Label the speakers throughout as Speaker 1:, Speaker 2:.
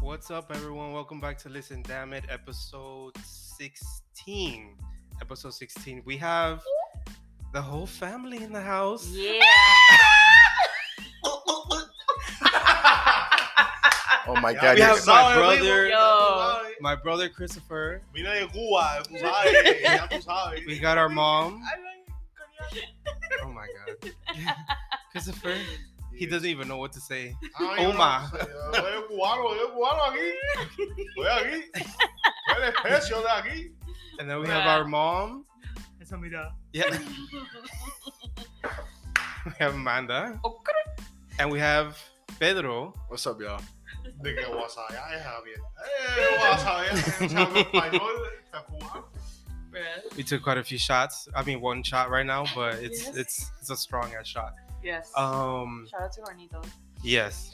Speaker 1: What's up, everyone? Welcome back to Listen Damn It, episode 16. Episode 16. We have the whole family in the house.
Speaker 2: Yeah.
Speaker 3: Oh my
Speaker 4: Ya,
Speaker 3: god,
Speaker 1: We
Speaker 4: ya
Speaker 3: yes.
Speaker 1: have my
Speaker 4: sabes,
Speaker 1: brother,
Speaker 4: Leo, ya tú sabes.
Speaker 1: my brother Christopher.
Speaker 4: Vine de Cuba, tú sabes, ya tú sabes.
Speaker 1: We got our mom.
Speaker 4: Hablan coreano.
Speaker 1: Oh my god. Christopher, he
Speaker 4: Yeah.
Speaker 1: doesn't even know what to say.
Speaker 4: Ay, yo
Speaker 1: Oma.
Speaker 4: no sé, yo Soy cubano, soy cubano aquí. Soy aquí. Soy el especio de aquí.
Speaker 1: And then we have our mom.
Speaker 4: Esa mirada.
Speaker 1: Yeah. we have Amanda. And we have Pedro.
Speaker 3: What's up, y'all?
Speaker 4: De que WhatsApp ya es Javier. Eh, WhatsApp ya es español, está cubano.
Speaker 2: Bruh.
Speaker 1: We took quite a few shots. I mean, one shot right now, but it's
Speaker 2: Yes.
Speaker 1: it's it's a strong ass shot.
Speaker 2: Yes.
Speaker 1: Um,
Speaker 2: Shout out to Hornitos.
Speaker 1: yes.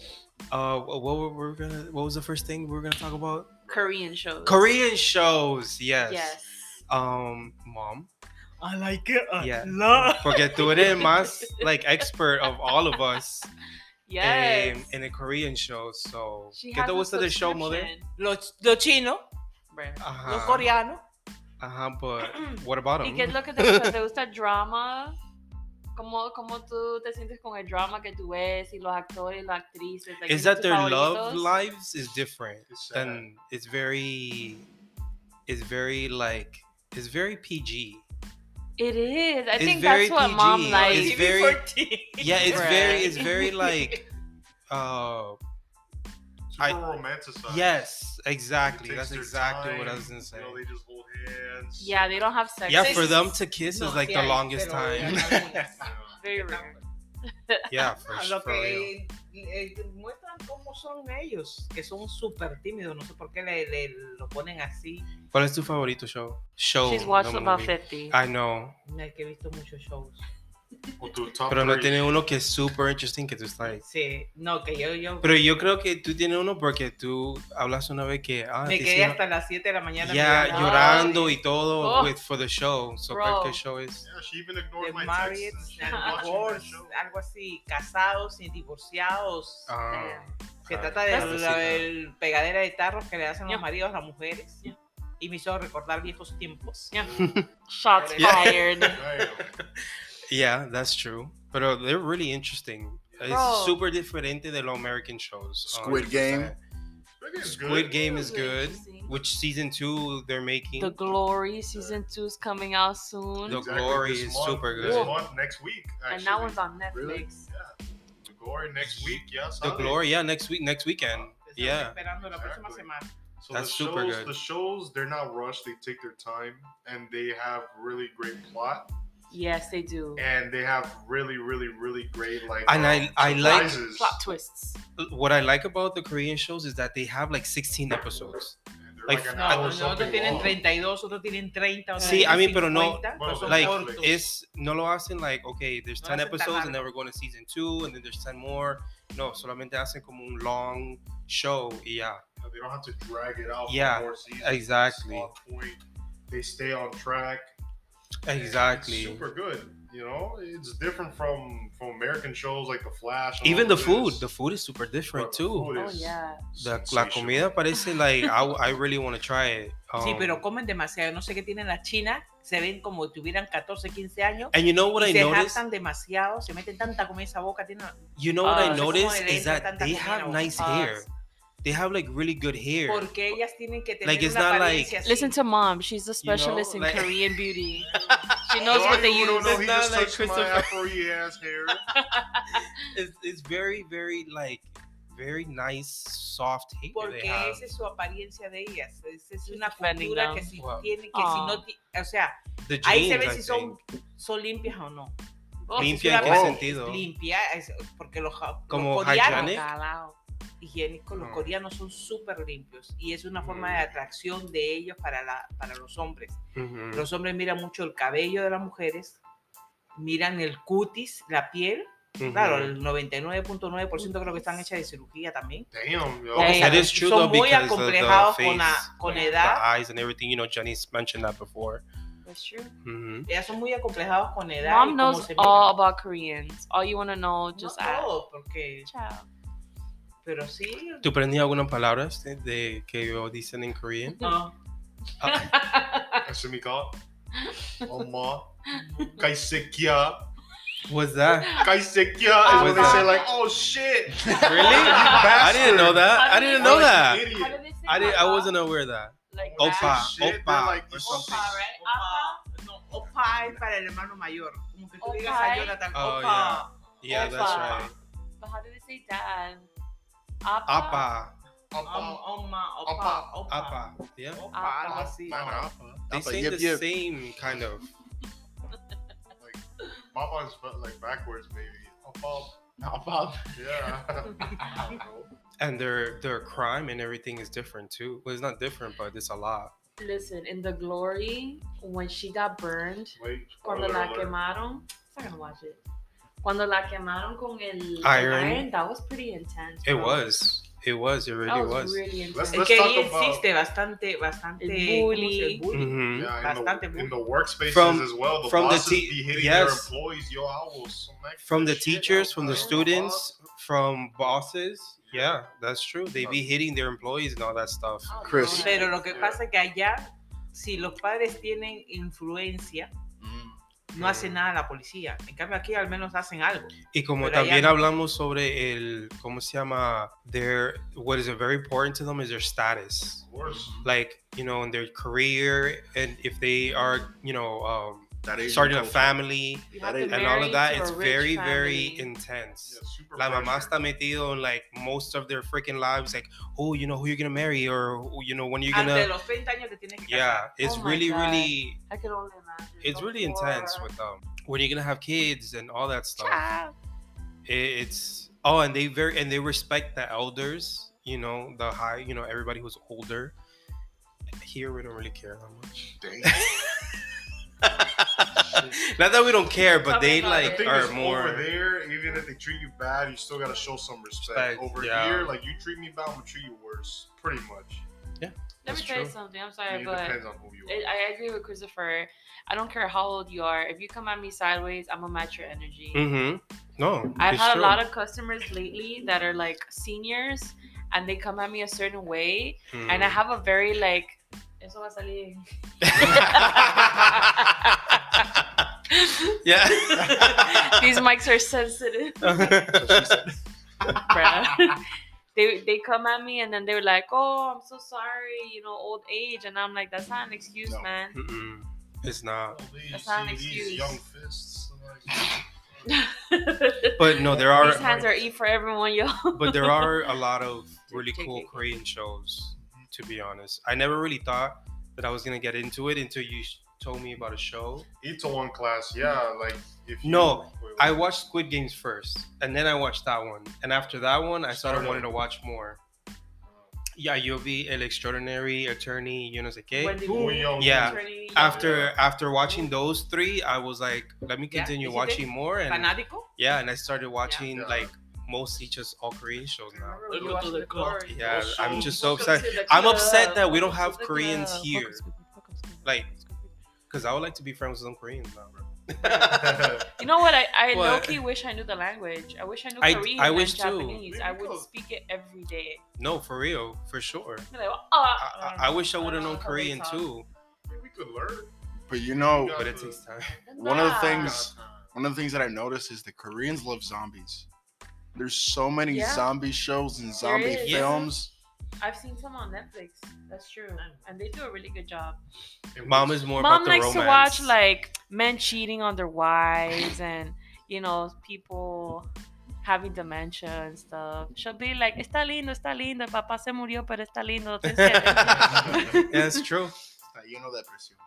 Speaker 1: Uh, wh- what were we gonna? What was the first thing we were gonna talk about?
Speaker 2: Korean shows.
Speaker 1: Korean shows. Yes.
Speaker 2: Yes.
Speaker 1: Um, mom.
Speaker 4: I like it a
Speaker 1: Yeah.
Speaker 4: lot.
Speaker 1: Porque tú eres más like expert of all of us
Speaker 2: Yes.
Speaker 1: in, in the Korean shows. So
Speaker 2: She
Speaker 1: ¿Qué
Speaker 2: has
Speaker 1: te
Speaker 2: a
Speaker 1: gusta del show, mother?
Speaker 2: subscription.
Speaker 5: los, los chinos,
Speaker 2: Bruh.
Speaker 5: los
Speaker 1: Ajá.
Speaker 5: coreanos.
Speaker 1: Ajá, uh-huh, but what about
Speaker 2: ¿Y qué es
Speaker 1: them?
Speaker 2: lo que te gusta? ¿Te gusta el drama? ¿Cómo, ¿Cómo tú te sientes con el drama que tú ves y los actores y las actrices? Like,
Speaker 1: Is
Speaker 2: ¿quiénes
Speaker 1: that
Speaker 2: tus
Speaker 1: their love
Speaker 2: favoritos?
Speaker 1: lives is different
Speaker 4: It's sad.
Speaker 1: than it's very, it's very like it's very PG.
Speaker 2: It is. I
Speaker 1: It's
Speaker 2: think
Speaker 1: very
Speaker 2: that's what
Speaker 1: PG.
Speaker 2: mom likes.
Speaker 1: It's very- Yeah, it's very,
Speaker 2: Right.
Speaker 1: it's very like, uh, I-
Speaker 4: Super romanticized.
Speaker 1: yes,
Speaker 4: It
Speaker 1: exactly.
Speaker 4: takes
Speaker 1: That's
Speaker 4: their
Speaker 1: exactly what I
Speaker 4: time,
Speaker 1: was gonna say.
Speaker 4: You know, they just hold hands.
Speaker 2: Yeah, they don't have sex.
Speaker 1: Yeah,
Speaker 5: Six-
Speaker 1: for them to kiss
Speaker 5: No,
Speaker 1: is like
Speaker 5: sí
Speaker 1: the
Speaker 5: hay,
Speaker 1: longest
Speaker 5: pero ya
Speaker 1: time.
Speaker 5: no algunas.
Speaker 4: uh,
Speaker 2: Very rare.
Speaker 1: Yeah, for,
Speaker 5: Lo
Speaker 1: for real.
Speaker 5: que eh, muestran cómo son ellos, que son súper tímidos. No sé por qué le, le- lo ponen así.
Speaker 1: ¿Cuál es tu favorito show? Show.
Speaker 2: She's watched
Speaker 1: no
Speaker 2: about
Speaker 1: movie.
Speaker 2: 50.
Speaker 1: I know,
Speaker 5: Mira que he visto muchos shows.
Speaker 4: O tu top
Speaker 1: pero no
Speaker 4: three.
Speaker 1: tiene uno que es super interesting que tú estás. ahí.
Speaker 5: Sí, no, que yo, yo
Speaker 1: Pero yo creo que tú tienes uno porque tú hablas una vez que ah,
Speaker 5: me
Speaker 1: te
Speaker 5: quedé
Speaker 1: hicieron-
Speaker 5: hasta las 7 de la mañana.
Speaker 1: Yeah,
Speaker 5: mirando.
Speaker 1: llorando y todo
Speaker 2: Oh.
Speaker 1: with, for the show. So
Speaker 2: Bro.
Speaker 1: ¿cuál que show es?
Speaker 4: Yeah, she even
Speaker 5: The
Speaker 4: ignored my
Speaker 5: married,
Speaker 4: texts. and she was
Speaker 5: and
Speaker 4: watching that
Speaker 5: divorced,
Speaker 4: show.
Speaker 5: algo así, casados y divorciados.
Speaker 1: Ah,
Speaker 5: Se
Speaker 1: ah,
Speaker 5: trata de
Speaker 1: claro, sí,
Speaker 5: la
Speaker 1: no.
Speaker 5: del pegadera de tarros que le hacen
Speaker 2: Ya.
Speaker 5: los maridos a las mujeres.
Speaker 2: Ya.
Speaker 5: Y me hizo recordar viejos tiempos.
Speaker 2: Yeah. Shots
Speaker 5: Yeah.
Speaker 2: fired.
Speaker 4: Damn.
Speaker 1: Yeah, that's true. Pero they're really interesting.
Speaker 2: Bro.
Speaker 1: It's super diferente de los American shows.
Speaker 3: Squid
Speaker 1: 100%.
Speaker 3: Game.
Speaker 4: That game's
Speaker 1: Squid
Speaker 4: good.
Speaker 1: Game is
Speaker 2: That was
Speaker 1: good.
Speaker 2: interesting.
Speaker 1: Which season two they're making?
Speaker 2: The Glory season two is coming out soon,
Speaker 1: The-
Speaker 4: Exactly,
Speaker 1: Glory
Speaker 4: this
Speaker 1: is
Speaker 4: month-
Speaker 1: super
Speaker 4: This
Speaker 1: good.
Speaker 4: month, next week, actually.
Speaker 2: and that one's on Netflix.
Speaker 3: Really?
Speaker 4: The Glory next week, yeah.
Speaker 1: the
Speaker 4: Sunday.
Speaker 1: Glory. Yeah, next week. Next weekend.
Speaker 5: Estamos
Speaker 1: Yeah.
Speaker 5: Esperando la próxima
Speaker 1: Ah,
Speaker 4: Exactly.
Speaker 5: semana.
Speaker 1: pues.
Speaker 4: So
Speaker 1: That's
Speaker 4: the
Speaker 1: super
Speaker 4: shows,
Speaker 1: good.
Speaker 4: The shows, they're not rushed. They take their time, and they have really great plot,
Speaker 2: Yes, they do.
Speaker 4: and they have really, really, really great like. uh,
Speaker 1: And I- I like-
Speaker 4: surprises.
Speaker 2: Plot twists.
Speaker 1: What I like about the Korean shows is that they have like 16 episodes.
Speaker 4: And they're
Speaker 1: like,
Speaker 4: like an
Speaker 5: No,
Speaker 1: I-
Speaker 4: hour or
Speaker 5: no, otros
Speaker 4: something
Speaker 5: tienen
Speaker 4: long.
Speaker 5: 32, otros tienen 30. otros
Speaker 1: Sí,
Speaker 5: tienen
Speaker 1: I mean, pero no-
Speaker 5: 50,
Speaker 4: Bueno,
Speaker 5: son
Speaker 1: like,
Speaker 5: cortos.
Speaker 1: It's no lo hacen like okay, there's
Speaker 5: No
Speaker 1: 10
Speaker 5: hacen tan
Speaker 1: episodes and then
Speaker 5: largo.
Speaker 1: we're going to season two and then there's 10 more. No, solamente hacen como un long show. y ya.
Speaker 4: They don't have to drag it out. for
Speaker 1: Yeah,
Speaker 4: more seasons.
Speaker 1: exactly.
Speaker 4: It's on point. They stay on track. and it's
Speaker 1: exactly.
Speaker 4: Super good. You know, it's different from from American shows like The Flash. and
Speaker 1: Even
Speaker 4: all
Speaker 1: the
Speaker 4: this,
Speaker 1: food, the food is super
Speaker 4: but
Speaker 1: different
Speaker 4: the
Speaker 1: too.
Speaker 4: food
Speaker 2: Oh
Speaker 4: is
Speaker 2: yeah.
Speaker 1: The, la
Speaker 4: sensational.
Speaker 1: comida parece like I, I really want to try it.
Speaker 5: Sí,
Speaker 1: Um,
Speaker 5: pero comen demasiado. No sé qué tienen las chinas. Se ven como si tuvieran 14, 15 años.
Speaker 1: and you know what
Speaker 5: y
Speaker 1: I
Speaker 5: se
Speaker 1: noticed?
Speaker 5: hartan demasiado. Se meten tanta comida en esa boca. Tienen...
Speaker 1: You know what
Speaker 2: Uh,
Speaker 1: I
Speaker 2: no sé
Speaker 5: cómo
Speaker 1: noticed
Speaker 5: le
Speaker 1: is
Speaker 5: entra
Speaker 1: that
Speaker 5: tanta
Speaker 1: they
Speaker 5: comida Ah, a
Speaker 1: have
Speaker 5: la
Speaker 1: nice
Speaker 2: boca.
Speaker 1: hair. They have like really good hair.
Speaker 5: Porque ellas tienen que tener
Speaker 1: Like, it's
Speaker 5: una
Speaker 1: not like-
Speaker 5: apariencia así.
Speaker 2: Listen to mom. She's a
Speaker 1: You know,
Speaker 2: specialist
Speaker 1: like-
Speaker 2: in Korean beauty. She knows what they
Speaker 4: Who don't
Speaker 2: use.
Speaker 4: know,
Speaker 1: It's
Speaker 4: he
Speaker 1: not
Speaker 4: just
Speaker 1: like
Speaker 4: touched my afro-y ass hair.
Speaker 1: It's, it's very very like very nice soft hair they
Speaker 5: porque
Speaker 1: have.
Speaker 5: esa es su apariencia de ellas. Esa es una
Speaker 2: defending them.
Speaker 5: cultura que si
Speaker 1: Wow.
Speaker 5: tiene que
Speaker 2: Aw.
Speaker 5: si no, ti- o sea,
Speaker 1: The jeans,
Speaker 5: ahí se ve
Speaker 1: I
Speaker 5: si son,
Speaker 1: think.
Speaker 5: son limpias o no.
Speaker 2: Oh,
Speaker 1: limpia en
Speaker 5: si
Speaker 1: qué
Speaker 5: una-
Speaker 1: sentido.
Speaker 5: Limpia, es- porque los, ja- los
Speaker 1: Como
Speaker 2: Oh,
Speaker 5: coreanos,
Speaker 1: hygienic.
Speaker 2: Calao.
Speaker 5: higiénicos, los
Speaker 1: Ah.
Speaker 5: coreanos son súper limpios y es una forma
Speaker 1: Mm.
Speaker 5: de atracción de ellos para la para los hombres.
Speaker 1: Mhm.
Speaker 5: Los hombres miran mucho el cabello de las mujeres, miran el cutis, la piel.
Speaker 1: Mhm.
Speaker 5: Claro, el 99.9% creo que están hechas de cirugía también.
Speaker 4: Damn, yo.
Speaker 5: Yeah, yeah.
Speaker 1: Oh, That is true
Speaker 5: Son
Speaker 1: though
Speaker 5: muy
Speaker 1: because of the,
Speaker 5: acomplejados
Speaker 1: face,
Speaker 5: con la- con
Speaker 1: like,
Speaker 5: edad.
Speaker 1: the eyes and everything. You know, Jenny's mentioned that before.
Speaker 2: That's true.
Speaker 1: Mhm.
Speaker 5: Ellas son muy acomplejados con edad. y
Speaker 2: Mom
Speaker 5: cómo
Speaker 2: knows
Speaker 5: se miran.
Speaker 2: all about Koreans. All you want to know,
Speaker 5: No
Speaker 2: just ask.
Speaker 5: todo, porque
Speaker 2: Ciao.
Speaker 5: Pero sí.
Speaker 1: ¿Tú aprendí algunas palabras de, de que yo dicen en Korean?
Speaker 5: No.
Speaker 4: Asumika, Oma, Oh, Kaisekia.
Speaker 1: What's that?
Speaker 4: Kaisekia is when they
Speaker 2: What's that?
Speaker 4: say, like, oh shit.
Speaker 1: Really? I didn't know that. I didn't know that.
Speaker 2: How
Speaker 4: Idiot.
Speaker 2: do they say
Speaker 1: I did. I
Speaker 2: papa?
Speaker 1: wasn't aware of that.
Speaker 2: Like
Speaker 4: Oh,
Speaker 2: that?
Speaker 1: Opa,
Speaker 4: shit, they're
Speaker 1: opa,
Speaker 4: like,
Speaker 1: or
Speaker 4: "Oh,
Speaker 1: something.
Speaker 2: Opa, right? Apa?
Speaker 5: Opa, no, opa es para el hermano mayor. Como que tú
Speaker 2: Opa
Speaker 5: digas a
Speaker 2: es-
Speaker 5: Jonathan,
Speaker 1: Oh,
Speaker 5: opa.
Speaker 1: Yeah, that's
Speaker 2: Opa.
Speaker 1: right.
Speaker 2: But how do they say dad? Apa.
Speaker 1: Apa,
Speaker 2: Um,
Speaker 5: Om-
Speaker 4: Apa,
Speaker 5: Oma,
Speaker 4: Opa,
Speaker 5: opa, opa.
Speaker 1: apa. Yeah.
Speaker 5: Opa, algo
Speaker 2: Apa.
Speaker 5: así.
Speaker 4: Mama,
Speaker 1: They
Speaker 4: Apa,
Speaker 1: say the
Speaker 4: yep, yep.
Speaker 1: same kind of.
Speaker 4: Papa is spelled, like backwards, maybe. Apa, Apa. Yeah. I don't know.
Speaker 1: And their their crime and everything is different too. Well, it's not different, but it's a lot.
Speaker 2: Listen, in the glory, when she got burned,
Speaker 4: Wait.
Speaker 2: cuando
Speaker 4: spoiler
Speaker 2: la
Speaker 4: alert.
Speaker 2: quemaron, I'm not gonna watch it. Cuando la quemaron con el el
Speaker 1: Iron.
Speaker 2: that was pretty intense.
Speaker 1: It
Speaker 2: bro.
Speaker 1: was. It was. It
Speaker 2: That
Speaker 1: really
Speaker 2: was,
Speaker 1: was.
Speaker 2: really intense.
Speaker 4: Let's-
Speaker 5: Es
Speaker 4: let's
Speaker 5: que
Speaker 4: talk
Speaker 5: ahí
Speaker 4: about-
Speaker 5: existe bastante, bastante.
Speaker 2: El
Speaker 5: ¿cómo se
Speaker 2: bully.
Speaker 5: dice? bully.
Speaker 1: Mhm.
Speaker 4: Yeah, in
Speaker 5: Bastante
Speaker 4: the, in
Speaker 5: bully.
Speaker 4: the workspaces
Speaker 1: From-
Speaker 4: as well, the
Speaker 1: from the
Speaker 4: bosses
Speaker 1: te-
Speaker 4: be hitting their
Speaker 1: yes.
Speaker 4: employees. Yo, I will smack
Speaker 1: From the
Speaker 4: the shit
Speaker 1: teachers,
Speaker 4: out
Speaker 1: from
Speaker 4: of
Speaker 1: the
Speaker 4: my
Speaker 1: students, from bosses.
Speaker 4: Yeah.
Speaker 1: Yeah, that's true. They be hitting their employees and all that stuff.
Speaker 2: Oh,
Speaker 4: Chris.
Speaker 2: no.
Speaker 5: Pero lo que pasa es que allá, si los padres tienen influencia,
Speaker 4: Mm.
Speaker 5: no hace nada la policía. En cambio aquí al menos hacen algo.
Speaker 1: Y como
Speaker 5: Pero allá
Speaker 1: también
Speaker 5: no.
Speaker 1: hablamos sobre el, ¿cómo se llama? Their, what is very important to them is their status.
Speaker 4: Of course.
Speaker 1: Like, you know, in their career and if they are, you know, um,
Speaker 3: That is
Speaker 1: starting a
Speaker 3: culture.
Speaker 1: family
Speaker 2: You
Speaker 3: That
Speaker 2: have to
Speaker 3: is-
Speaker 1: and all
Speaker 2: marry
Speaker 1: of that,
Speaker 2: to a
Speaker 1: it's
Speaker 2: rich
Speaker 1: very,
Speaker 2: family.
Speaker 1: very
Speaker 4: Yeah,
Speaker 1: intense.
Speaker 4: super
Speaker 1: La mamá
Speaker 4: pressure.
Speaker 1: está metido in like most of their freaking lives, like, oh, you know who you're gonna marry or, oh, you know, when you're
Speaker 5: Antes de
Speaker 1: gonna.
Speaker 5: los 30 años te tienes que
Speaker 1: Yeah,
Speaker 5: casar.
Speaker 1: it's
Speaker 2: Oh my
Speaker 1: really,
Speaker 2: God.
Speaker 1: really,
Speaker 2: I could only imagine.
Speaker 1: it's really
Speaker 2: Before-
Speaker 1: intense with them. When you're gonna have kids and all that stuff.
Speaker 2: Ah,
Speaker 1: it, it's oh and they very and they respect the elders you know the high you know everybody who's older here we don't really care that much
Speaker 4: Dang.
Speaker 1: not that we don't care but they
Speaker 2: Something about
Speaker 4: The
Speaker 1: like
Speaker 4: thing
Speaker 1: are
Speaker 4: is, over
Speaker 1: more
Speaker 4: there, even if they treat you bad, you still gotta show some respect.
Speaker 1: Respect,
Speaker 4: over
Speaker 1: yeah.
Speaker 4: here, like you treat me bad, I'm gonna treat you worse, pretty much.
Speaker 2: Let me
Speaker 1: That's
Speaker 2: tell you
Speaker 1: true.
Speaker 2: something. I'm
Speaker 4: I
Speaker 2: sorry,
Speaker 4: mean, it
Speaker 2: but
Speaker 4: depends on who you
Speaker 2: I
Speaker 4: are.
Speaker 2: I agree with Christopher. I don't care how old you are. If you come at me sideways, I'm gonna match your energy.
Speaker 1: mm-hmm no
Speaker 2: I've
Speaker 1: it's
Speaker 2: had
Speaker 1: true.
Speaker 2: a lot of customers lately that are like seniors and they come at me a certain way
Speaker 1: Mm.
Speaker 2: and I have a very like eso va a salir.
Speaker 1: yeah
Speaker 2: These mics are sensitive. bruh. they they come at me and then they're like, "Oh, I'm so sorry, you know, old age," and I'm like, "That's not an excuse,
Speaker 4: No.
Speaker 2: man."
Speaker 1: Mm-mm. it's not
Speaker 4: Well, these-
Speaker 2: That's not an
Speaker 4: these
Speaker 2: excuse.
Speaker 4: young fists, like,
Speaker 2: These
Speaker 1: but no there are
Speaker 2: hands are E for everyone, yo.
Speaker 1: but there are a lot of really
Speaker 2: Take
Speaker 1: cool
Speaker 2: it.
Speaker 1: Korean shows. To be honest, I never really thought that I was gonna get into it until you sh- told me about a show.
Speaker 4: Itaewon class, yeah, like if you,
Speaker 1: No,
Speaker 4: wait, wait.
Speaker 1: I watched Squid Games first, and then I watched that one, and after that one, I started wanting to watch more. Yeah, you'll be El Extraordinary Attorney, you know, sé qué.
Speaker 2: When they
Speaker 4: Who
Speaker 2: do
Speaker 4: young
Speaker 1: Yeah.
Speaker 4: fists?
Speaker 2: attorney, yo.
Speaker 1: After after watching those three, I was like, let me
Speaker 5: Yeah,
Speaker 1: continue
Speaker 5: is it
Speaker 1: watching more, and
Speaker 5: Fanático.
Speaker 1: yeah, and I started watching
Speaker 4: Yeah.
Speaker 1: like mostly just all Korean shows now.
Speaker 2: Remember when we watched the glory?
Speaker 1: Yeah,
Speaker 4: Those
Speaker 1: I'm
Speaker 4: shows-
Speaker 1: just so
Speaker 2: Welcome
Speaker 1: upset.
Speaker 2: to the
Speaker 1: I'm upset
Speaker 2: club.
Speaker 1: that we don't
Speaker 2: Welcome to
Speaker 1: have
Speaker 2: the
Speaker 1: Koreans
Speaker 2: club.
Speaker 1: here.
Speaker 2: Welcome to the club. Welcome to the club.
Speaker 1: Like- Because I would like to be friends with some Koreans now, bro.
Speaker 2: you know what? I I
Speaker 1: What?
Speaker 2: low-key wish I knew the language. I wish I knew
Speaker 1: I-
Speaker 2: Korean
Speaker 1: I
Speaker 2: and
Speaker 1: wish too.
Speaker 2: Japanese. I would
Speaker 4: Because-
Speaker 2: speak it every day.
Speaker 1: no, for real, for sure.
Speaker 2: Be like,
Speaker 1: I,
Speaker 2: "Oh,
Speaker 1: I, I wish I would have known
Speaker 2: how they
Speaker 1: Korean
Speaker 2: talk."
Speaker 1: too,
Speaker 4: we could learn.
Speaker 3: But you know,
Speaker 1: but it takes time.
Speaker 3: One of the
Speaker 2: Nah.
Speaker 3: things- one of the things that I noticed is the Koreans love zombies. There's so many
Speaker 2: Yeah.
Speaker 3: zombie shows and zombie
Speaker 2: is.
Speaker 3: films.
Speaker 2: I've seen some on Netflix. That's true, and they do a really good job.
Speaker 4: It
Speaker 1: Mom is
Speaker 4: was-
Speaker 1: more
Speaker 2: Mom
Speaker 1: about the
Speaker 2: likes
Speaker 1: romance.
Speaker 2: to watch like men cheating on their wives and you know people having dementia and stuff. She'll be like, "Está lindo, está lindo. Papá se murió, pero está lindo." te entiendes?"
Speaker 1: yeah, it's true.
Speaker 3: You know that presión.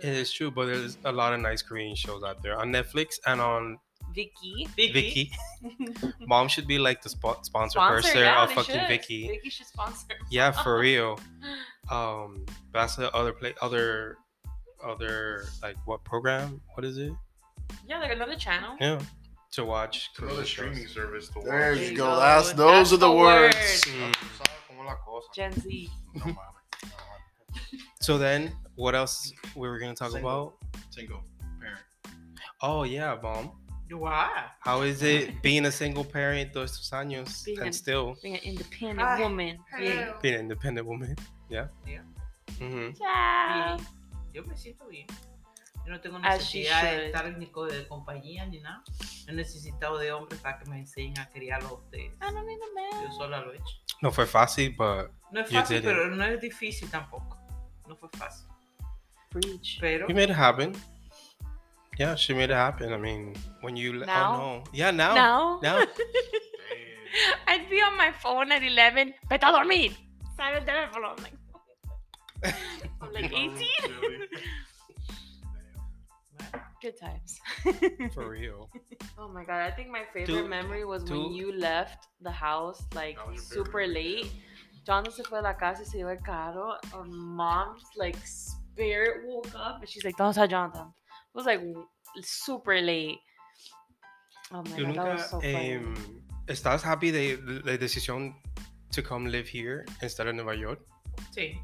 Speaker 1: It is true, but there's a lot of nice Korean shows out there on Netflix and on
Speaker 2: Vicky,
Speaker 1: Vicky. Mom should be like the spo- sponsor, person
Speaker 2: yeah,
Speaker 1: of
Speaker 2: they
Speaker 1: fucking
Speaker 2: should.
Speaker 1: Vicky.
Speaker 2: Vicky should sponsor.
Speaker 1: Yeah, for real. Um, that's the other play, other, other like what program? What is it?
Speaker 2: Yeah, like another channel.
Speaker 1: Yeah, to watch
Speaker 4: Another
Speaker 1: Korean
Speaker 4: streaming
Speaker 1: shows.
Speaker 4: service to
Speaker 3: There
Speaker 4: watch.
Speaker 3: you
Speaker 2: you
Speaker 3: go.
Speaker 2: go.
Speaker 3: That's those
Speaker 2: That's
Speaker 3: are
Speaker 2: the
Speaker 3: the words.
Speaker 2: word.
Speaker 1: Mm.
Speaker 4: ¿Sabes cómo es la cosa?
Speaker 2: Gen Z.
Speaker 3: No mames.
Speaker 1: So then, what else we were gonna talk
Speaker 3: Single.
Speaker 1: about?
Speaker 3: Single parent.
Speaker 1: Oh yeah, mom.
Speaker 5: Guau.
Speaker 1: How is it being a single parent those estos años
Speaker 2: Being an-
Speaker 1: and still
Speaker 2: Being an independent
Speaker 5: Ay,
Speaker 2: woman. Yeah.
Speaker 1: being an independent woman? Yeah.
Speaker 5: Yeah.
Speaker 1: Mhm.
Speaker 2: Yeah.
Speaker 5: Bien. Yo me siento bien. Yo no tengo
Speaker 2: Ah. As she
Speaker 5: necesidad de
Speaker 2: should.
Speaker 5: estar ni co- de compañía ni nada. No he necesitado de hombres para que me enseñen a criarlo a ustedes.
Speaker 2: I don't need a
Speaker 5: Yo
Speaker 2: man.
Speaker 5: sola lo he hecho.
Speaker 1: No fue fácil, but
Speaker 5: No es
Speaker 1: You
Speaker 5: fácil,
Speaker 1: did it.
Speaker 5: pero no es difícil tampoco. No fue fácil.
Speaker 2: Preach.
Speaker 5: Pero
Speaker 1: we made it happen. Yeah, she made it happen. I mean, when you le-
Speaker 2: Now?
Speaker 1: oh no, yeah, now,
Speaker 2: No.
Speaker 1: now,
Speaker 2: I'd be on my phone at 11. Vete a dormir. Sale el teléfono. I'm like, I'm like 18. Good times.
Speaker 1: for real.
Speaker 2: Oh my god, I think my favorite
Speaker 1: Tú-
Speaker 2: memory was
Speaker 1: tú-
Speaker 2: when you left the house like
Speaker 4: That was your
Speaker 2: super
Speaker 4: favorite memory,
Speaker 2: late. Jonathan se fue a la casa y se llevó el carro. And mom's like spirit woke up and she's like, "Don't touch Jonathan." It was like w- super late. Oh my
Speaker 1: Tú
Speaker 2: god, that
Speaker 1: nunca,
Speaker 2: was so funny.
Speaker 1: em, ¿Estás happy de de la decisión to come live here instead of Nueva York?
Speaker 5: sí,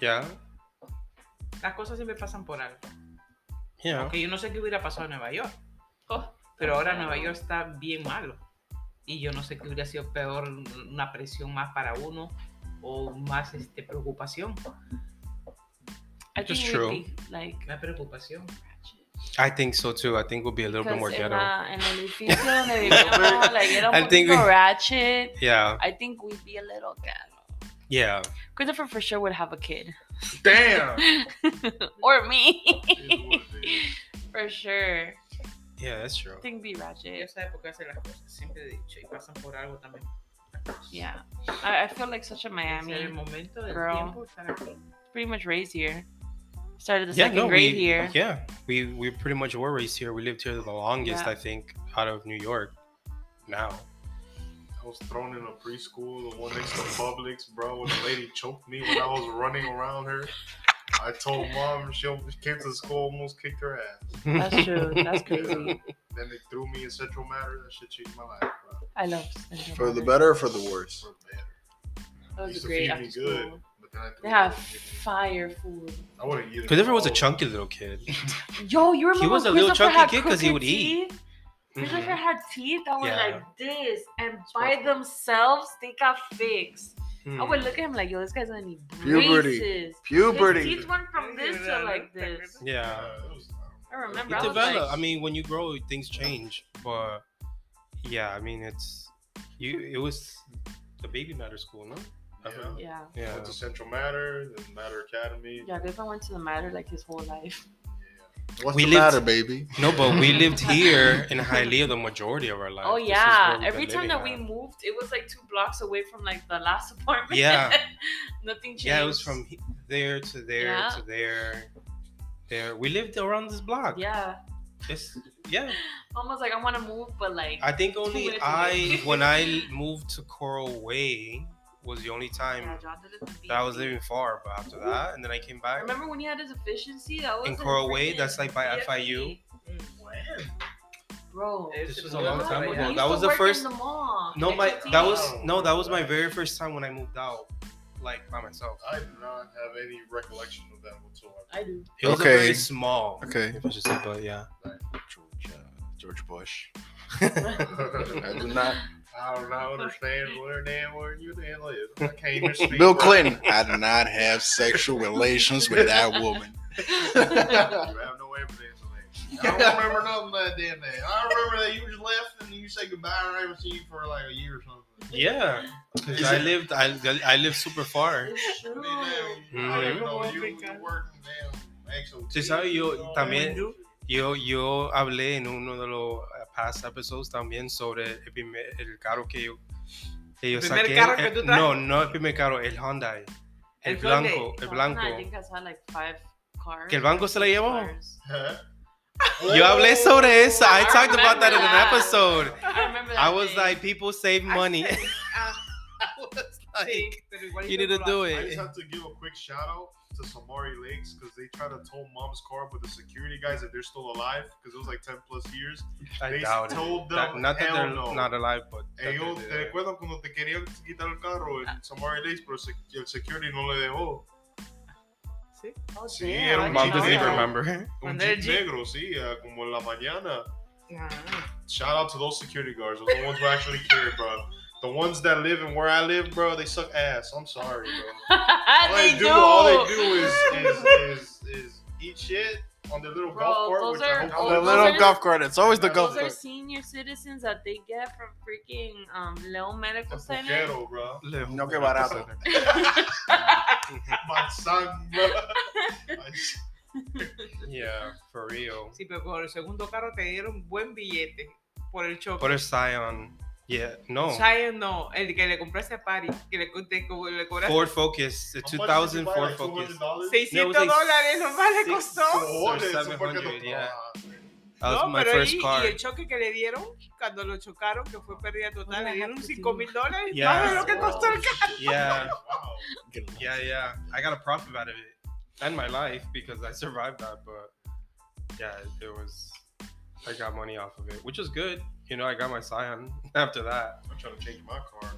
Speaker 1: Yeah,
Speaker 5: las cosas siempre pasan por algo.
Speaker 1: yeah.
Speaker 5: Aunque yo no sé qué hubiera pasado en Nueva York.
Speaker 2: Oh,
Speaker 5: Pero ahora
Speaker 2: claro.
Speaker 5: Nueva York está bien malo. Y yo no sé qué hubiera sido peor, una presión más para uno o más este, preocupación.
Speaker 2: I
Speaker 1: Which is
Speaker 2: think we
Speaker 1: true.
Speaker 2: think, like
Speaker 5: Una preocupación.
Speaker 2: ratchet.
Speaker 1: I think so too. I think we'll be a little bit more
Speaker 2: 'Cause en,
Speaker 1: ghetto.
Speaker 2: la- en el edificio donde vivíamos, like, era
Speaker 1: I
Speaker 2: un
Speaker 1: think
Speaker 2: poquito
Speaker 1: we-
Speaker 2: ratchet.
Speaker 1: Yeah,
Speaker 2: I think we'd be a little ghetto.
Speaker 1: yeah.
Speaker 2: Christopher for sure would have a kid.
Speaker 4: Damn.
Speaker 2: or me.
Speaker 4: It would be.
Speaker 2: for sure.
Speaker 1: Yeah, that's true.
Speaker 2: I think be ratchet.
Speaker 5: Ella sabe por qué hace las cosas, siempre he dicho, y pasan por algo también.
Speaker 2: Yeah. I, I feel like such a
Speaker 5: Es
Speaker 2: Miami.
Speaker 5: el momento del
Speaker 2: girl.
Speaker 5: tiempo estar aquí.
Speaker 2: Pretty much raised here. Started the
Speaker 1: yeah,
Speaker 2: second
Speaker 1: no,
Speaker 2: grade
Speaker 1: we,
Speaker 2: here.
Speaker 1: Yeah, we we pretty much were raised here. We lived here the longest,
Speaker 2: Yeah.
Speaker 1: I think, out of New York. Now,
Speaker 4: I was thrown in a preschool, the one next to Publix, bro, when the lady choked me when I was running around her. I told mom she almost came to school, almost kicked her ass.
Speaker 2: That's true. That's
Speaker 4: Yeah.
Speaker 2: crazy.
Speaker 4: Then they threw me in Central Matter. That shit changed my life, bro.
Speaker 2: I love
Speaker 3: For the better or for the worse?
Speaker 4: For better.
Speaker 2: That was
Speaker 4: Used
Speaker 2: a
Speaker 4: to
Speaker 2: great
Speaker 4: feed me
Speaker 2: after school.
Speaker 4: good, but then I threw
Speaker 2: They have
Speaker 4: away everything.
Speaker 2: fire food.
Speaker 4: I wouldn't eat it.
Speaker 1: Christopher was a
Speaker 4: Oh,
Speaker 1: chunky little kid.
Speaker 2: Yo, you remember
Speaker 1: was
Speaker 2: when
Speaker 1: a little
Speaker 2: Christopher
Speaker 1: chunky
Speaker 2: had
Speaker 1: kid 'cause he
Speaker 2: crooked
Speaker 1: would eat.
Speaker 2: teeth? Christopher
Speaker 1: Mhm.
Speaker 2: had teeth that were
Speaker 1: Yeah.
Speaker 2: like this, and by
Speaker 4: Sparkle.
Speaker 2: themselves they got fixed. I
Speaker 1: Mm.
Speaker 2: would look at him like, yo, this guy's gonna need
Speaker 3: Puberty.
Speaker 2: braces. His
Speaker 3: Puberty.
Speaker 2: teeth went from this to like this.
Speaker 1: Yeah,
Speaker 4: yeah, it was-
Speaker 2: I remember.
Speaker 1: you
Speaker 2: I was
Speaker 1: develop.
Speaker 2: like,
Speaker 1: I mean, when you grow, things change. But yeah, I mean, it's you. It was the baby matter school, no?
Speaker 4: Yeah.
Speaker 2: yeah.
Speaker 1: Yeah.
Speaker 4: Went to Central Matter, then Matter Academy.
Speaker 2: Yeah, Griffin went to the matter like his whole life.
Speaker 3: What's
Speaker 1: We
Speaker 3: the
Speaker 1: lived-
Speaker 3: matter, baby?
Speaker 1: No, but we lived here in Hialeah the majority of our life.
Speaker 2: oh
Speaker 1: This is
Speaker 2: yeah,
Speaker 1: where we've
Speaker 2: every
Speaker 1: been
Speaker 2: time that we
Speaker 1: living
Speaker 2: moved, it was like two blocks away from like the last apartment.
Speaker 1: Yeah.
Speaker 2: nothing changed.
Speaker 1: at. Yeah, it was from he- there to there
Speaker 2: Yeah.
Speaker 1: to there. There, we lived around this block.
Speaker 2: Yeah,
Speaker 1: It's- yeah.
Speaker 2: almost like I want to move, but like
Speaker 1: I think
Speaker 2: Two
Speaker 1: only
Speaker 2: minutes
Speaker 1: I,
Speaker 2: away.
Speaker 1: when I moved to Coral Way, was the only
Speaker 2: yeah,
Speaker 1: time
Speaker 2: Jonathan didn't
Speaker 1: that I was
Speaker 2: leave.
Speaker 1: living far. But after that, and then I came back.
Speaker 2: Remember when he had his efficiency? That was
Speaker 1: In Coral Way,
Speaker 2: freaking
Speaker 1: that's like by
Speaker 2: DFE.
Speaker 5: mm,
Speaker 2: Bro.
Speaker 1: This was a long time
Speaker 2: He
Speaker 1: ago.
Speaker 2: used
Speaker 1: That
Speaker 2: to
Speaker 1: was the
Speaker 2: work in
Speaker 1: first-
Speaker 2: the mall.
Speaker 1: No, my
Speaker 2: XOTL.
Speaker 1: that was no, that was my very first time when I moved out, like by myself.
Speaker 4: I do not have any recollection of that whatsoever.
Speaker 2: I do.
Speaker 1: It was a
Speaker 3: Okay.
Speaker 1: very small.
Speaker 3: Okay.
Speaker 1: If I should say, but yeah.
Speaker 3: George, uh, George Bush. I
Speaker 4: I
Speaker 3: do not.
Speaker 4: do not understand where damn where you damn live. I can't even speak.
Speaker 3: Bill
Speaker 4: bro.
Speaker 3: Clinton. I do not have sexual relations with that woman.
Speaker 4: You have no evidence of that. I don't remember nothing that damn day. I remember that you just left and you said goodbye and I haven't seen you for like a year or something.
Speaker 1: Yeah, 'cause
Speaker 4: Is
Speaker 1: I
Speaker 4: it-
Speaker 1: lived I, I lived super far.
Speaker 2: It's
Speaker 4: I
Speaker 2: true.
Speaker 4: mean, damn, I didn't know you were working damn XOT.
Speaker 1: Tú sabes, yo
Speaker 4: You know,
Speaker 1: también-
Speaker 4: you-
Speaker 1: Yo yo hablé en uno de los eh, past episodes también sobre el primer el carro que yo que yo
Speaker 5: ¿El primer
Speaker 1: saqué.
Speaker 5: carro que
Speaker 1: Eh,
Speaker 5: tú traes?
Speaker 1: no, no el primer carro, el Hyundai, el,
Speaker 5: El
Speaker 1: blanco, el
Speaker 2: Jonathan, I think
Speaker 1: blanco.
Speaker 2: has had like five cars.
Speaker 1: Que el banco se la llevó.
Speaker 2: Cars.
Speaker 4: Huh?
Speaker 1: Yo hablé sobre eso. I
Speaker 2: I
Speaker 1: talked about that in an
Speaker 2: remember that.
Speaker 1: episode.
Speaker 2: I remember that.
Speaker 1: I was
Speaker 2: thing.
Speaker 1: like, people save money.
Speaker 5: Sí,
Speaker 1: like,
Speaker 5: pero igual
Speaker 1: you need to do
Speaker 4: I
Speaker 1: it.
Speaker 4: just have to give a quick shout out to Samari Lakes because they tried to tow mom's car with the security guys if they're still alive because it was like 10 plus years.
Speaker 1: I
Speaker 4: they
Speaker 1: doubt it.
Speaker 4: told
Speaker 1: That-
Speaker 4: them,
Speaker 1: not that
Speaker 4: hell
Speaker 1: they're
Speaker 4: no.
Speaker 1: not alive, but that
Speaker 4: Hey, yo,
Speaker 1: they-
Speaker 4: ¿te recuerdas cuando te querían quitar el carro
Speaker 2: Ah.
Speaker 4: en Samari Lakes, pero sec- el security no le dejó?
Speaker 5: Sí.
Speaker 2: Oh,
Speaker 4: Sí,
Speaker 2: damn,
Speaker 4: era
Speaker 2: I
Speaker 4: un
Speaker 1: Mom doesn't
Speaker 2: didn't
Speaker 4: Chicago.
Speaker 2: know
Speaker 1: even
Speaker 2: that.
Speaker 1: remember.
Speaker 4: Un
Speaker 5: Mandé el
Speaker 4: jeep
Speaker 5: jeep.
Speaker 4: negro, sí, ah, como en la mañana.
Speaker 5: Ah,
Speaker 4: shout out to those security guards. Those are the ones who actually care, bro. The ones that live in where I live, bro, they suck ass. I'm sorry, bro. All
Speaker 2: they,
Speaker 4: they,
Speaker 2: do.
Speaker 4: all they do is is, is, is eat shit on their little
Speaker 2: Bro,
Speaker 4: golf cart.
Speaker 2: those
Speaker 4: Which I
Speaker 2: are
Speaker 4: hope
Speaker 2: old-
Speaker 3: the
Speaker 2: those
Speaker 3: little
Speaker 2: are-
Speaker 3: golf cart. It's always the
Speaker 4: Those
Speaker 3: golf
Speaker 2: Those are
Speaker 3: cart.
Speaker 2: senior citizens that they get from freaking um, León Medical
Speaker 4: That's
Speaker 2: Center.
Speaker 4: ghetto, bro.
Speaker 3: No, qué barato.
Speaker 4: My son, bro. My son.
Speaker 1: Yeah, for real.
Speaker 5: Sí, pero por el segundo carro te dieron buen billete por el choque.
Speaker 1: Por el Scion. Yeah, no.
Speaker 5: Zion no, el que le compraste a Pari, que le, co- te co- le cobraste
Speaker 1: Ford Focus, the
Speaker 4: How much did
Speaker 1: 2000
Speaker 4: you buy,
Speaker 1: Ford
Speaker 4: like,
Speaker 1: Focus.
Speaker 4: $200?
Speaker 5: 600
Speaker 1: No, it was like
Speaker 5: dólares, nomás le
Speaker 1: six-
Speaker 5: costó.
Speaker 4: Cojones,
Speaker 1: Or
Speaker 4: eso fue que
Speaker 1: 700,
Speaker 4: no-
Speaker 1: yeah. That was
Speaker 5: No,
Speaker 1: my
Speaker 5: pero
Speaker 1: first
Speaker 5: y,
Speaker 1: car.
Speaker 5: y el choque que le dieron cuando lo chocaron, que fue pérdida total,
Speaker 2: Hola,
Speaker 5: le dieron
Speaker 2: Haku,
Speaker 5: 5 mil dólares,
Speaker 1: Yeah.
Speaker 5: más de lo que costó el
Speaker 1: Yeah,
Speaker 4: Wow.
Speaker 1: yeah, yeah. I got a profit out of it and my life because I survived that. But yeah, it was. I got money off of it, which is good. You know, I got my Scion after that.
Speaker 4: I'm trying to change my car.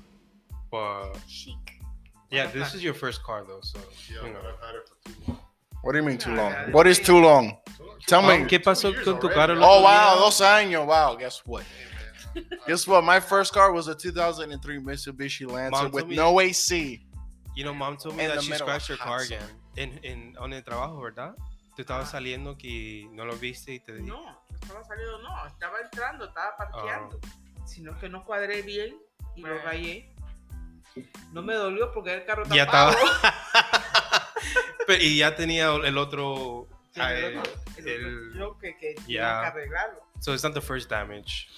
Speaker 1: But
Speaker 2: Chic.
Speaker 1: yeah, this is your first car though, so
Speaker 4: Yeah,
Speaker 1: you
Speaker 4: but
Speaker 1: know.
Speaker 4: I've had it for too long.
Speaker 3: What do you mean too
Speaker 5: Nah,
Speaker 3: long?
Speaker 5: nah,
Speaker 3: What is too long?
Speaker 4: Two- two
Speaker 3: Tell me.
Speaker 4: years-
Speaker 1: ¿Qué
Speaker 4: two
Speaker 1: pasó
Speaker 4: years
Speaker 1: con tu
Speaker 4: already.
Speaker 1: carro el
Speaker 3: Oh
Speaker 1: otro
Speaker 3: wow,
Speaker 1: día?
Speaker 3: dos años. Wow, guess what?
Speaker 4: Hey, man.
Speaker 3: Guess what? My first car was a 2003 Mitsubishi Lancer
Speaker 1: Mom
Speaker 3: with
Speaker 1: told me-
Speaker 3: no AC.
Speaker 1: You know, mom told me
Speaker 3: In
Speaker 1: that
Speaker 3: the
Speaker 1: she
Speaker 3: middle of
Speaker 1: scratched your
Speaker 3: hot
Speaker 1: car
Speaker 3: summer.
Speaker 1: again in in on el trabajo, ¿verdad? Tú estabas saliendo que no lo viste y te di-
Speaker 5: No, estaba saliendo, no, estaba entrando, estaba parqueando.
Speaker 1: Ah.
Speaker 5: Sino que no cuadré bien y lo
Speaker 2: Bueno.
Speaker 5: rayé. No me dolió porque era el carro
Speaker 1: Ya
Speaker 5: tapado.
Speaker 1: estaba. Ah, Pero- y ya tenía el otro.
Speaker 5: Sí, el
Speaker 1: eh,
Speaker 5: otro- el otro
Speaker 1: el-
Speaker 5: choque que tenía
Speaker 1: Yeah.
Speaker 5: que arreglarlo.
Speaker 1: So it's not the first damage.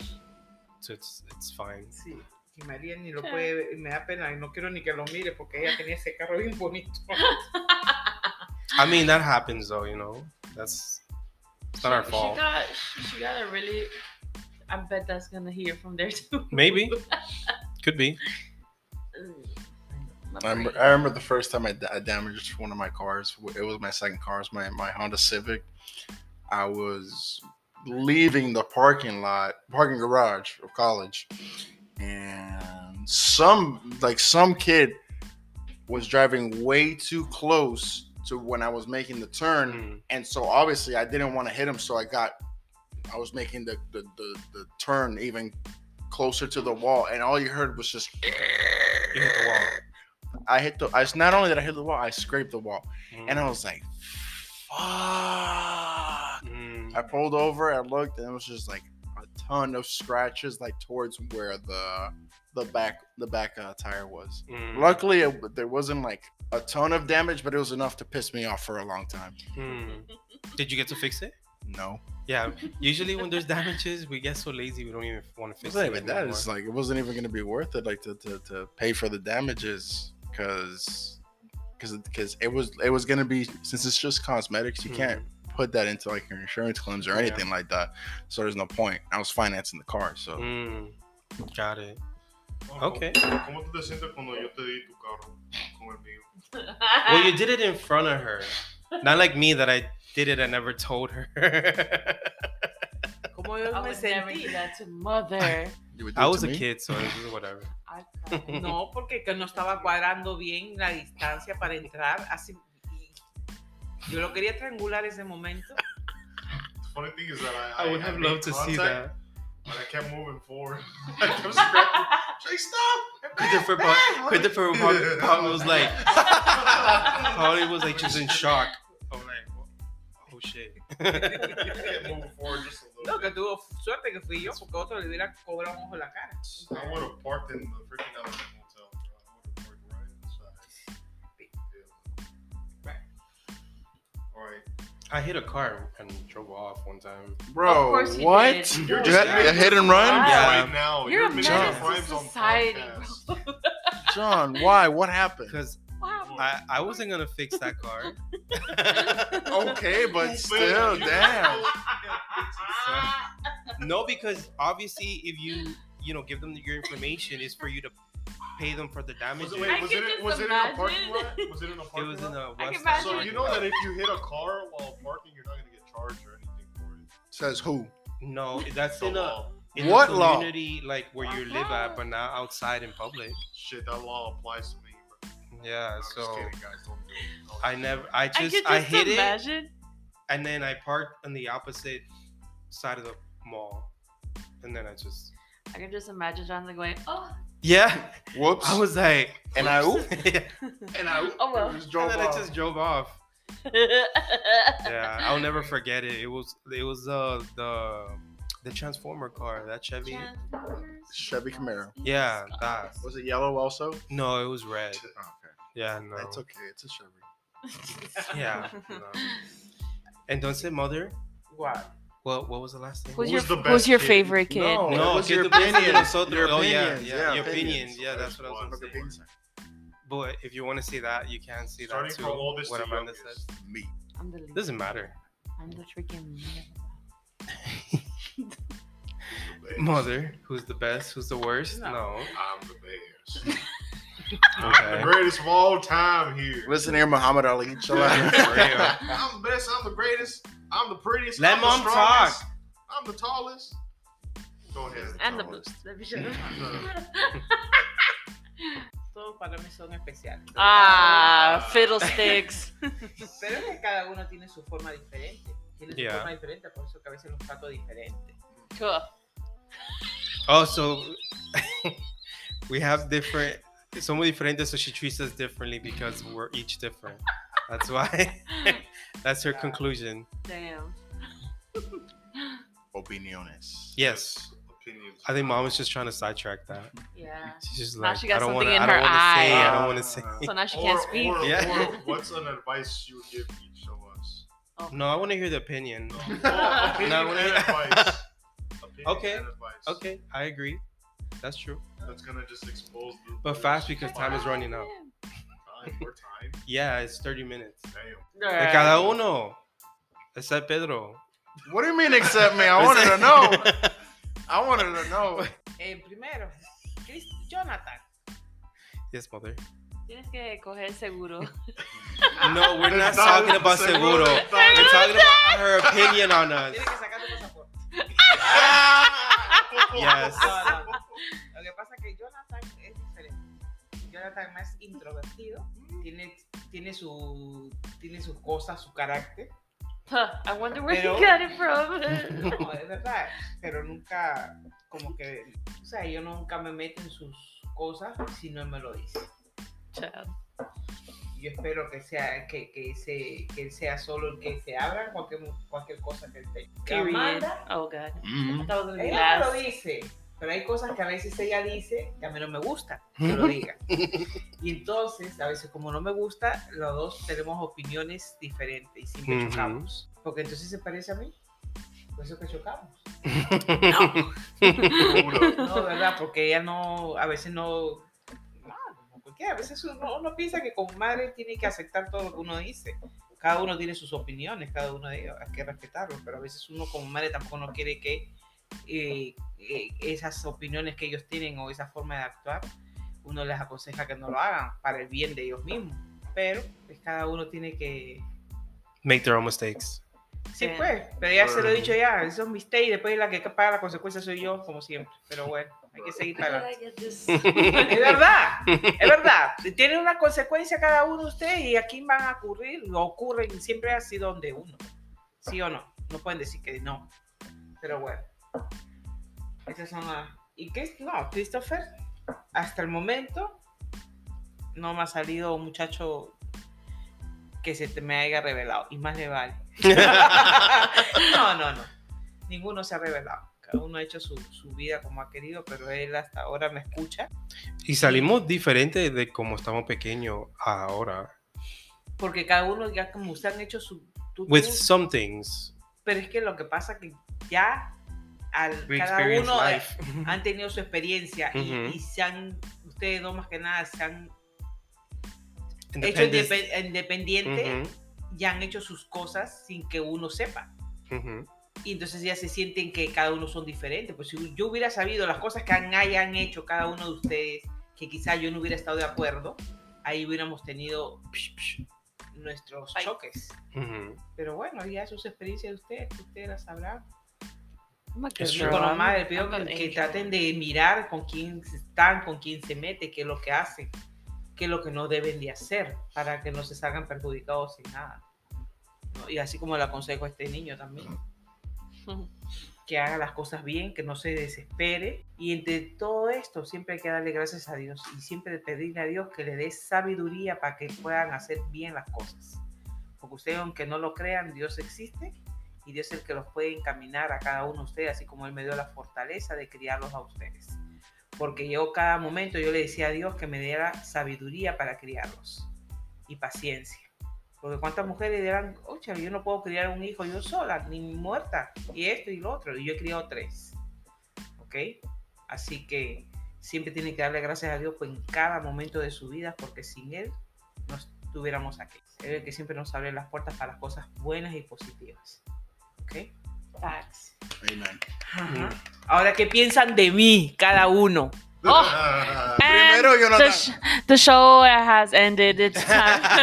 Speaker 1: So it's it's fine.
Speaker 5: Sí. Y María ni lo
Speaker 2: Sí.
Speaker 5: puede ver, y me da pena, y no quiero ni que lo mire porque ella tenía ese carro bien bonito.
Speaker 1: I mean that happens though, you know. That's it's not our
Speaker 2: She-
Speaker 1: fault.
Speaker 2: She got, she, she got a really. I bet that's gonna hear from there too.
Speaker 1: Maybe. Could be.
Speaker 3: I remember, I remember the first time I, da- I damaged one of my cars. It was my second car. It was my, my Honda Civic. I was leaving the parking lot, parking garage of college, and some like some kid was driving way too close to when I was making the turn,
Speaker 1: Mm.
Speaker 3: and so obviously I didn't want to hit him, so I got I was making the the, the the turn even closer to the wall, and all you heard was just
Speaker 1: You hit the wall.
Speaker 3: I hit the. I s- not only did I hit the wall, I scraped the wall,
Speaker 1: Mm.
Speaker 3: and I was like, "Fuck!"
Speaker 1: Mm.
Speaker 3: I pulled over, I looked, and it was just like a ton of scratches, like towards where the the back the back uh, tire was.
Speaker 1: Mm.
Speaker 3: Luckily, it, there wasn't like a ton of damage, but it was enough to piss me off for a long time.
Speaker 1: Mm. Did you get to fix it?
Speaker 3: No,
Speaker 1: Yeah. Usually when there's damages, we get so lazy we don't even want to fix
Speaker 3: it's not
Speaker 1: it.
Speaker 3: even that.
Speaker 1: anymore.
Speaker 3: It's like it wasn't even gonna be worth it, like to to, to pay for the damages, because. Because because it was it was gonna be since it's just cosmetics you
Speaker 1: Mm.
Speaker 3: can't put that into like your insurance claims or
Speaker 1: Yeah.
Speaker 3: anything like that. So there's no point. I was financing the car, so
Speaker 1: Mm. Got it.
Speaker 4: Oh,
Speaker 1: Okay.
Speaker 4: ¿Cómo tú te sientes cuando yo te di tu carro con el mío?
Speaker 2: Uh,
Speaker 1: Well, you did it in front of her. Not like me that I did it and never told her.
Speaker 5: Como
Speaker 2: I
Speaker 5: yo me
Speaker 2: would never
Speaker 5: sentí.
Speaker 2: do that to mother.
Speaker 3: you would do
Speaker 1: I
Speaker 3: it
Speaker 1: was
Speaker 3: to
Speaker 1: a
Speaker 3: me?
Speaker 1: kid, so it was whatever.
Speaker 2: I cried.
Speaker 5: No, porque que no estaba cuadrando bien la distancia para entrar. Así, y yo lo quería triangular ese momento.
Speaker 4: The funny thing is that I,
Speaker 1: I would have
Speaker 4: made
Speaker 1: loved to see
Speaker 4: contact,
Speaker 1: that.
Speaker 4: But I kept moving forward. I kept scratching. Jake, stop!
Speaker 1: Christopher, Paul, Christopher Paul, Paul was like, Paul was like just in shock. I was like, oh shit.
Speaker 4: I kept moving forward just a little
Speaker 5: No, que
Speaker 4: bit.
Speaker 5: tuvo suerte que fui yo, porque otro le hubiera cobrado un ojo en la cara.
Speaker 4: I would have parked in the freaking Element Hotel, bro. I would have parked right inside. Yeah. All right.
Speaker 1: I hit a car and drove off one time.
Speaker 2: Of
Speaker 3: Bro,
Speaker 2: course you
Speaker 3: what?
Speaker 2: did.
Speaker 3: You
Speaker 4: You're
Speaker 3: had
Speaker 4: just-
Speaker 3: a hit and run?
Speaker 2: Wow.
Speaker 1: Yeah.
Speaker 4: Right now,
Speaker 2: You're a
Speaker 4: making
Speaker 3: menace to
Speaker 4: crimes on
Speaker 2: society,
Speaker 4: podcast.
Speaker 3: John, why? What happened?
Speaker 1: Because
Speaker 2: Wow.
Speaker 1: I, I wasn't going to fix that car.
Speaker 3: Okay, but still,
Speaker 4: Man, you-
Speaker 3: damn.
Speaker 1: no, because obviously, if you, you know, give them your information, it's for you to pay them for the damage.
Speaker 4: Was it,
Speaker 1: It
Speaker 4: wait,
Speaker 2: I
Speaker 4: was
Speaker 2: can
Speaker 4: it,
Speaker 2: just
Speaker 4: was it in a parking
Speaker 2: imagine.
Speaker 4: lot? Was it in a parking
Speaker 1: was
Speaker 4: lot?
Speaker 1: in a
Speaker 2: I
Speaker 1: West
Speaker 2: can
Speaker 1: Side
Speaker 2: imagine.
Speaker 4: So you
Speaker 1: parking
Speaker 4: know
Speaker 1: lot.
Speaker 4: that if you hit a car while parking, you're not gonna get charged or anything for it.
Speaker 3: Says who?
Speaker 1: No, that's
Speaker 4: So
Speaker 1: in a
Speaker 4: law.
Speaker 1: in
Speaker 3: What
Speaker 1: a
Speaker 3: law?
Speaker 1: community like where you live
Speaker 2: Uh-huh.
Speaker 1: at, but not outside in public.
Speaker 4: Shit, that law applies to me. Bro.
Speaker 1: Yeah,
Speaker 4: I'm just
Speaker 1: so
Speaker 4: kidding, guys. Don't do it. Don't
Speaker 1: I
Speaker 4: do it.
Speaker 1: never, I
Speaker 2: I could
Speaker 1: just,
Speaker 2: just
Speaker 1: I hit it,
Speaker 2: imagine.
Speaker 1: and then I parked on the opposite side of the mall, and then I just
Speaker 2: I can just imagine Jonathan going, oh,
Speaker 1: yeah.
Speaker 3: Whoops.
Speaker 1: I was like,
Speaker 3: and I oop.
Speaker 4: And I,
Speaker 2: Oh, well.
Speaker 4: just
Speaker 1: and
Speaker 4: drove
Speaker 1: then I
Speaker 4: off.
Speaker 1: just drove off. Yeah, I'll never forget it. It was it was uh the the Transformer car that Chevy.
Speaker 2: Transformers.
Speaker 3: Chevy Camaro.
Speaker 1: Yeah, that.
Speaker 3: Was it yellow also?
Speaker 1: No, it was red.
Speaker 3: Oh, okay.
Speaker 1: Yeah, no.
Speaker 3: It's okay. It's a Chevy.
Speaker 1: Yeah. no. Entonces, mother,
Speaker 5: Guau.
Speaker 1: what what was the last thing?
Speaker 2: Who's
Speaker 4: Who's
Speaker 2: your,
Speaker 4: the
Speaker 2: who's
Speaker 4: best
Speaker 2: your
Speaker 4: kid?
Speaker 2: favorite kid?
Speaker 3: No.
Speaker 1: No,
Speaker 3: What's
Speaker 1: que
Speaker 3: your
Speaker 1: tu piensas de
Speaker 3: opinion?
Speaker 1: nosotros.
Speaker 3: Your
Speaker 1: oh, yeah,
Speaker 3: opinions,
Speaker 1: yeah,
Speaker 3: yeah,
Speaker 1: your
Speaker 3: opinions.
Speaker 1: opinions. Yeah, that's what I was
Speaker 4: That's
Speaker 1: looking
Speaker 4: one.
Speaker 1: for. But if you want to see that, you can see
Speaker 4: Starting
Speaker 1: that too.
Speaker 4: from oldest
Speaker 1: what
Speaker 4: to
Speaker 1: Amanda says.
Speaker 4: youngest.
Speaker 3: Me.
Speaker 2: I'm the lead.
Speaker 1: Doesn't matter.
Speaker 2: I'm the freaking lead.
Speaker 1: Mother, who's the best? Who's the worst?
Speaker 5: No.
Speaker 1: No.
Speaker 4: I'm the Bears. I'm
Speaker 1: Okay.
Speaker 4: the greatest of all time here.
Speaker 3: Listen here, Muhammad Ali. Chill out.
Speaker 1: For
Speaker 4: I'm the best. I'm the greatest. I'm the prettiest.
Speaker 1: Let
Speaker 4: I'm the
Speaker 1: mom
Speaker 4: strongest, I'm the tallest. Go ahead.
Speaker 2: And the
Speaker 4: Tallest.
Speaker 2: boost. Let me shut up.
Speaker 5: Todos para mí son especiales.
Speaker 2: Ah, fiddlesticks.
Speaker 5: Pero es que cada uno tiene su forma diferente. Tiene su
Speaker 1: Yeah.
Speaker 5: forma diferente, por eso que a veces los trato diferente.
Speaker 2: cool.
Speaker 1: Oh, so we have different. Somos diferentes, so she treats us differently because we're each different. That's why. That's her conclusion.
Speaker 2: Damn.
Speaker 3: Opiniones.
Speaker 1: Yes.
Speaker 4: Opinions.
Speaker 1: I think mom was just trying to sidetrack that.
Speaker 2: Yeah.
Speaker 1: She's just
Speaker 2: Now
Speaker 1: like,
Speaker 2: she got
Speaker 1: I don't want
Speaker 2: something
Speaker 1: to.
Speaker 2: in
Speaker 1: I
Speaker 2: her
Speaker 1: don't want to say. I
Speaker 4: eye.
Speaker 1: don't want to say.
Speaker 2: So now she
Speaker 4: Uh, or,
Speaker 2: can't speak.
Speaker 4: Or,
Speaker 1: Yeah.
Speaker 4: or what's an advice you would give each of us?
Speaker 1: No, I want to hear the opinion.
Speaker 4: No, no, opinion
Speaker 1: No, we-
Speaker 4: and advice. Opinion
Speaker 1: Okay.
Speaker 4: and advice.
Speaker 1: Okay, I agree. That's true.
Speaker 4: That's gonna just expose. The,
Speaker 1: But fast because time is running out.
Speaker 4: Time, we're time.
Speaker 1: Yeah, it's 30 minutes.
Speaker 4: Damn.
Speaker 1: De cada uno. Except Pedro.
Speaker 3: What do you mean accept me? I wanted to know. I wanted to know.
Speaker 5: El Eh, primero, Chris- Jonathan.
Speaker 1: yes, mother.
Speaker 2: Tienes que coger seguro.
Speaker 1: No, we're not
Speaker 4: It's
Speaker 1: talking about seguro.
Speaker 4: seguro. It's not-
Speaker 1: We're talking about her opinion on us.
Speaker 5: Tienes que sacar tu pasaporte.
Speaker 1: Yes.
Speaker 5: No, no, no. Lo que pasa es que Jonathan es diferente. Jonathan más introvertido. Tiene, tiene, su, tiene sus cosas, su carácter.
Speaker 2: Huh, I wonder where
Speaker 5: Pero-
Speaker 2: you got it from.
Speaker 5: No, es verdad. Pero nunca, como que, o sea, yo nunca me meto en sus cosas si no él me lo dice.
Speaker 2: Child.
Speaker 5: Yo espero que sea, que, que, se, que él sea solo el que se abra cualquier, cualquier cosa que él tenga.
Speaker 2: Period.
Speaker 5: Amanda,
Speaker 2: Oh, God. I
Speaker 3: Mhm.
Speaker 2: thought it was gonna be
Speaker 5: ella no
Speaker 2: last.
Speaker 5: lo dice, pero hay cosas que a veces ella dice que a mí no me gusta que lo diga. Y entonces, a veces como no me gusta, los dos tenemos opiniones diferentes y siempre
Speaker 1: Ujú.
Speaker 5: chocamos. Porque entonces se parece a mí. Por eso que chocamos.
Speaker 4: Seguro.
Speaker 5: No, de ¿verdad? Porque ella no, a veces no... no, no, Porque a veces uno, uno piensa que con madre tiene que aceptar todo lo que uno dice. Cada uno tiene sus opiniones, cada uno de ellos hay que respetarlos, pero a veces uno como madre tampoco no quiere que eh, eh, esas opiniones que ellos tienen o esa forma de actuar, uno les aconseja que no lo hagan para el bien de ellos mismos. Pero pues, cada uno tiene que...
Speaker 1: Make their own mistakes.
Speaker 2: Sí.
Speaker 5: Sí, pues, pero ya se lo he dicho ya, eso es un mistake y después la que paga las consecuencias soy yo, como siempre. Pero bueno, hay que seguir para
Speaker 2: Where did I
Speaker 5: adelante.
Speaker 2: get this?
Speaker 5: Es verdad, es verdad. Tiene una consecuencia cada uno de ustedes y aquí van a ocurrir, o ocurren, siempre ha sido donde uno. ¿Sí o no? No pueden decir que no. Pero bueno. Esas son las... ¿Y qué? No, Christopher, hasta el momento no me ha salido un muchacho que se te me haya revelado. Y más le vale. no, no, no. Ninguno se ha revelado. Cada uno ha hecho su, su vida como ha querido, pero él hasta ahora me escucha.
Speaker 1: y salimos diferente de como estamos pequeños ahora.
Speaker 5: porque cada uno ya como se han hecho su tu-
Speaker 1: With
Speaker 5: tu-
Speaker 1: some things.
Speaker 5: pero es que lo que pasa que ya al,
Speaker 1: We
Speaker 5: cada
Speaker 1: experience
Speaker 5: uno eh,
Speaker 1: life.
Speaker 5: han tenido su experiencia y-
Speaker 1: Ujú.
Speaker 5: y, se han ustedes dos más que nada se han hecho
Speaker 1: Independence.
Speaker 5: indepe- independiente
Speaker 1: Ujú,
Speaker 5: y han hecho sus cosas sin que uno sepa
Speaker 1: ujú.
Speaker 5: y entonces ya se sienten que cada uno son diferentes pues si yo hubiera sabido las cosas que han, hayan hecho cada uno de ustedes que quizá yo no hubiera estado de acuerdo ahí hubiéramos tenido psh, psh, nuestros
Speaker 2: Ay.
Speaker 5: choques
Speaker 1: Ujú.
Speaker 5: Pero bueno, ya sus experiencias de ustedes, que ustedes las sabrán.
Speaker 2: I'm a
Speaker 1: It's
Speaker 2: good
Speaker 5: Y
Speaker 1: true.
Speaker 2: girl.
Speaker 5: con la madre,
Speaker 2: I'm
Speaker 5: pido
Speaker 2: an
Speaker 5: que, que
Speaker 2: angel.
Speaker 5: traten de mirar con quién están, con quién se mete, qué es lo que hacen, qué es lo que no deben de hacer, para que no se salgan perjudicados sin nada. ¿no? Y así como le aconsejo a este niño también. que haga las cosas bien, que no se desespere. Y entre todo esto, siempre hay que darle gracias a Dios y siempre pedirle a Dios que le dé sabiduría para que puedan hacer bien las cosas. Porque ustedes, aunque no lo crean, Dios existe y Dios es el que los puede encaminar a cada uno de ustedes, así como Él me dio la fortaleza de criarlos a ustedes. Porque yo cada momento yo le decía a Dios que me diera sabiduría para criarlos y paciencia. Porque cuántas mujeres dirán, oye, yo no puedo criar un hijo yo sola, ni muerta, y esto y lo otro. Y yo he criado tres. ¿Ok? Así que siempre tiene que darle gracias a Dios pues, en cada momento de su vida, porque sin Él no estuviéramos aquí. Él es el que siempre nos abre las puertas para las cosas buenas y positivas. ¿Ok?
Speaker 2: Facts.
Speaker 3: Amen.
Speaker 5: Ajá. Ahora, ¿qué piensan de mí, cada uno?
Speaker 2: Oh. And
Speaker 3: Primero, Jonathan.
Speaker 2: The, sh- the show has ended. It's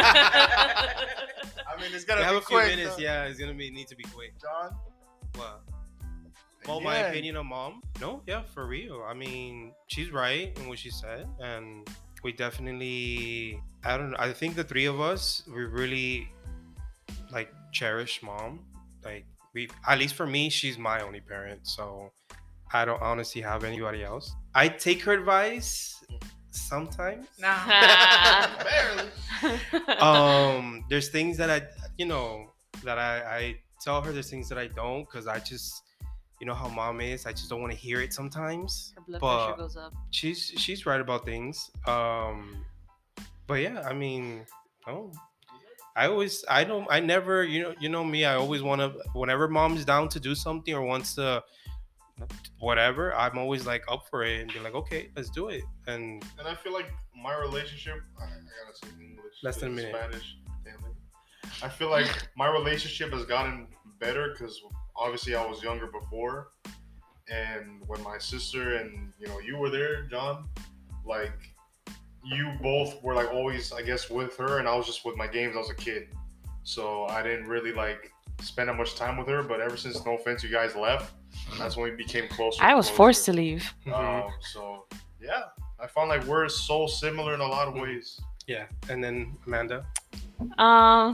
Speaker 2: time.
Speaker 3: I mean, it's
Speaker 1: We
Speaker 3: gotta
Speaker 1: have
Speaker 3: be
Speaker 1: a few
Speaker 3: quick,
Speaker 1: minutes.
Speaker 3: though.
Speaker 1: Yeah, it's gonna be need to be quick.
Speaker 3: John.
Speaker 1: Wow. Well, my
Speaker 3: Yeah.
Speaker 1: opinion on mom? No, yeah, for real. I mean, she's right in what she said, and we definitely. I don't. know. I think the three of us we really like cherish mom. Like we, at least for me, she's my only parent, so I don't honestly have anybody else. I take her advice sometimes.
Speaker 3: Barely.
Speaker 1: um there's things that i you know that i i tell her there's things that i don't because i just you know how mom is i just don't want to hear it sometimes
Speaker 2: Her blood
Speaker 1: But-
Speaker 2: pressure goes up.
Speaker 1: she's she's right about things um but yeah i mean oh i always i don't i never you know you know me i always want to whenever mom's down to do something or wants to whatever i'm always like up for it and be like okay let's do it and
Speaker 4: And I feel like my relationship, I, I gotta say in English,
Speaker 1: Less than a
Speaker 4: in
Speaker 1: minute.
Speaker 4: Spanish. Damn it. I feel like my relationship has gotten better because obviously I was younger before, and when my sister and you know you were there, John, like you both were like always, I guess, with her, and I was just with my games. I was a kid, so I didn't really like spend that much time with her. But ever since, no offense, you guys left, that's when we became closer.
Speaker 2: I was
Speaker 4: closer.
Speaker 2: forced to leave.
Speaker 1: Mhm.
Speaker 3: Mm-hmm.
Speaker 4: Um, so yeah, I found like we're so similar in a lot of ways.
Speaker 1: yeah and then amanda
Speaker 2: Um,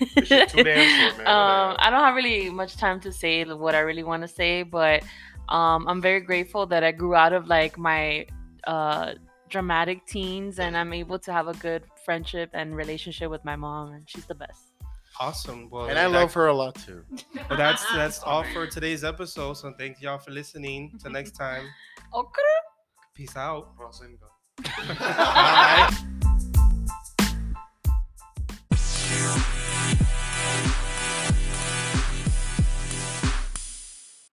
Speaker 4: It's your two days for it, man.
Speaker 2: um, I don't have really much time to say what I really want to say, but um, I'm very grateful that I grew out of like my uh, dramatic teens, and I'm able to have a good friendship and relationship with my mom, and she's the best.
Speaker 1: awesome well
Speaker 3: And I
Speaker 1: that-
Speaker 3: love her a lot too.
Speaker 1: Well, that's that's all for today's episode. So thank y'all for listening. Till next time,
Speaker 2: Okay.
Speaker 1: peace out.
Speaker 4: Crossing the-
Speaker 1: Bye.